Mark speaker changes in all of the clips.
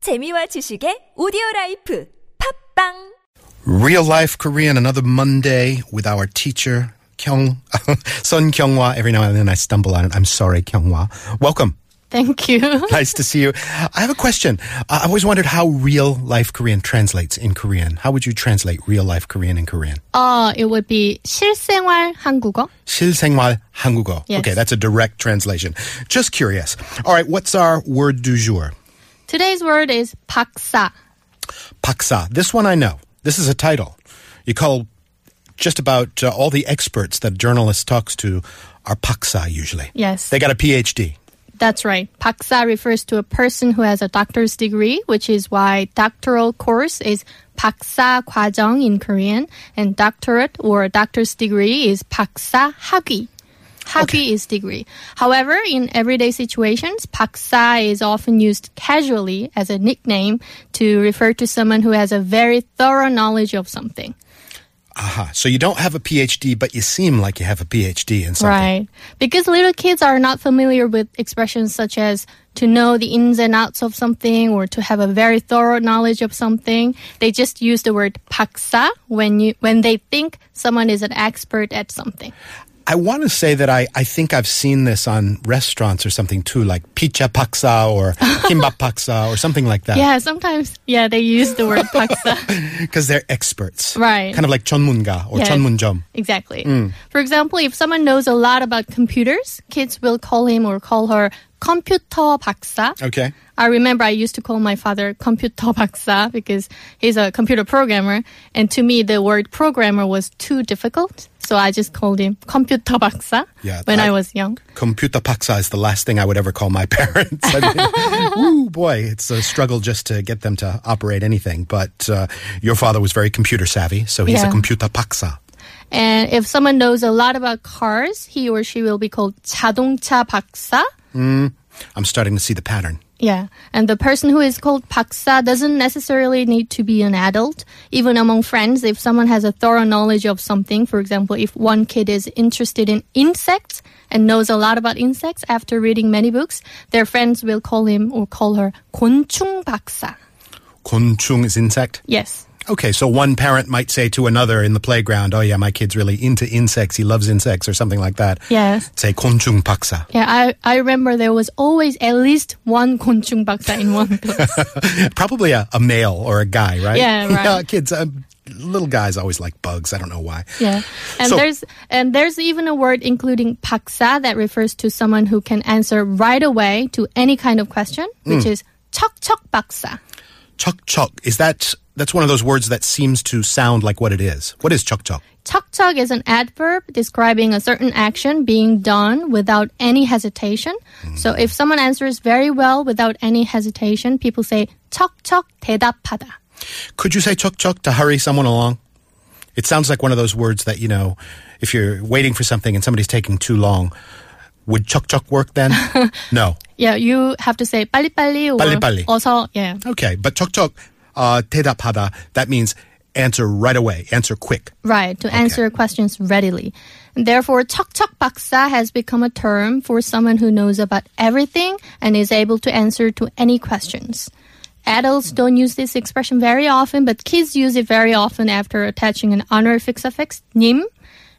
Speaker 1: 재미와 지식의 오디오 라이프 팝빵
Speaker 2: Real Life Korean, another Monday with our teacher, Kyung, Sun Kyunghwa. Every now and then I stumble on it. I'm sorry, Kyunghwa. Welcome.
Speaker 3: Thank you.
Speaker 2: Nice to see you. I have a question. Uh, I always wondered how real life Korean translates in Korean. How would you translate real life Korean in Korean?
Speaker 3: Uh, it would be 실생활 한국어.
Speaker 2: 실생활 한국어.
Speaker 3: Yes.
Speaker 2: Okay, that's a direct translation. Just curious. All right, what's our word du jour?
Speaker 3: Today's word is 박사.
Speaker 2: Paksa. This one I know. This is a title. You call just about uh, all the experts that journalists talks to are Paksa usually.
Speaker 3: Yes.
Speaker 2: They got a PhD.
Speaker 3: That's right. 박사 refers to a person who has a doctor's degree, which is why doctoral course is 박사 과정 in Korean, and doctorate or doctor's degree is 박사 학위. Hagi is degree. However, in everyday situations, 박사 is often used casually as a nickname to refer to someone who has a very thorough knowledge of something.
Speaker 2: Aha. So you don't have a PhD, but you seem like you have a PhD in something.
Speaker 3: Right. Because little kids are not familiar with expressions such as to know the ins and outs of something or to have a very thorough knowledge of something. They just use the word paksa when you when they think someone is an expert at something.
Speaker 2: I want to say that I, I think I've seen this on restaurants or something too, like picha paksa or kimbap paksa or something like that.
Speaker 3: Yeah, sometimes yeah, they use the word paksa.
Speaker 2: Because they're experts.
Speaker 3: Right.
Speaker 2: Kind of like chonmunga or
Speaker 3: Yes.
Speaker 2: chonmunjom.
Speaker 3: exactly. For example, if someone knows a lot about computers, kids will call him or call her computer 박사.
Speaker 2: Okay.
Speaker 3: I remember I used to call my father computer 박사 because he's a computer programmer. And to me, the word programmer was too difficult. So I just called him computer 박사
Speaker 2: Yeah,
Speaker 3: when
Speaker 2: I-
Speaker 3: I was young.
Speaker 2: Computer paksa is the last thing I would ever call my parents. I mean, woo, boy, it's a struggle just to get them to operate anything. But uh, your father was very computer savvy, so he's a
Speaker 3: Yeah.
Speaker 2: computer paksa.
Speaker 3: And if someone knows a lot about cars, he or she will be called 자동차 박사.
Speaker 2: I'm starting to see the pattern.
Speaker 3: Yeah. And the person who is called 박사 doesn't necessarily need to be an adult. Even among friends, if someone has a thorough knowledge of something, for example, if one kid is interested in insects and knows a lot about insects after reading many books, their friends will call him or call her 곤충 박사.
Speaker 2: Kunchung is insect.
Speaker 3: Yes.
Speaker 2: Okay, so one parent might say to another in the playground, "Oh yeah, my kid's really into insects. He loves insects," or something like that.
Speaker 3: Yes.
Speaker 2: Say konchung paksa.
Speaker 3: Yeah, I, I remember there was always at least one 곤충 박사 in one class.
Speaker 2: Probably a, a male or a guy, right?
Speaker 3: Yeah, right.
Speaker 2: kids, um, little guys always like bugs. I don't know why.
Speaker 3: Yeah, and
Speaker 2: So-
Speaker 3: there's and there's even a word including paksa that refers to someone who can answer right away to any kind of question, which is 척척 박사.
Speaker 2: Chok chok is that? That's one of those words that seems to sound like what it is. What is chok chok?
Speaker 3: 척척 is an adverb describing a certain action being done without any hesitation. So if someone answers very well without any hesitation, people say 척척 대답하다.
Speaker 2: Could you say chok chok to hurry someone along? It sounds like one of those words that you know, if you're waiting for something and somebody's taking too long, would chok chok work then? no.
Speaker 3: Yeah, you have to say 빨리빨리 or
Speaker 2: 빨리빨리.
Speaker 3: 어서. Yeah.
Speaker 2: Okay, but chok chok, uh, 대답하다, that means answer right away, answer quick.
Speaker 3: Right, to answer questions readily. And therefore, 척척 박사 has become a term for someone who knows about everything and is able to answer to any questions. Adults don't use this expression very often, but kids use it very often after attaching an honorific suffix 님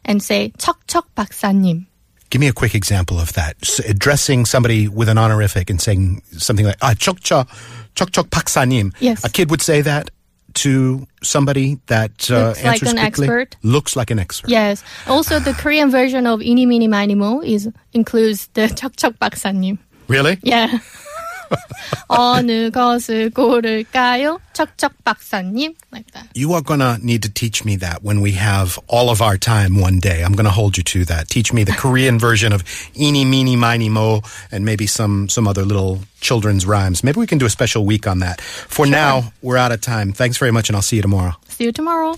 Speaker 3: and say 척척 박사님.
Speaker 2: Give me a quick example of that. S- addressing somebody with an honorific and saying something like, ah, chok chok, chok chok paksanim.
Speaker 3: Yes.
Speaker 2: A kid would say that to somebody that uh,
Speaker 3: Looks like
Speaker 2: answers
Speaker 3: an
Speaker 2: quickly.
Speaker 3: expert.
Speaker 2: Looks like an expert.
Speaker 3: Yes. Also, the Korean version of 이니 미니 마니 모 is includes the 척척 박사님.
Speaker 2: Really?
Speaker 3: Yeah. 예. 어느 것을 고를까요? 척척 박사님. Like that.
Speaker 2: You are going to need to teach me that when we have all of our time one day. I'm going to hold you to that. Teach me the Korean version of eeny, meeny, miny, mo, and maybe some, some other little children's rhymes. Maybe we can do a special week on that. For now, we're out of time. Thanks very much, and I'll see you tomorrow.
Speaker 3: See you tomorrow.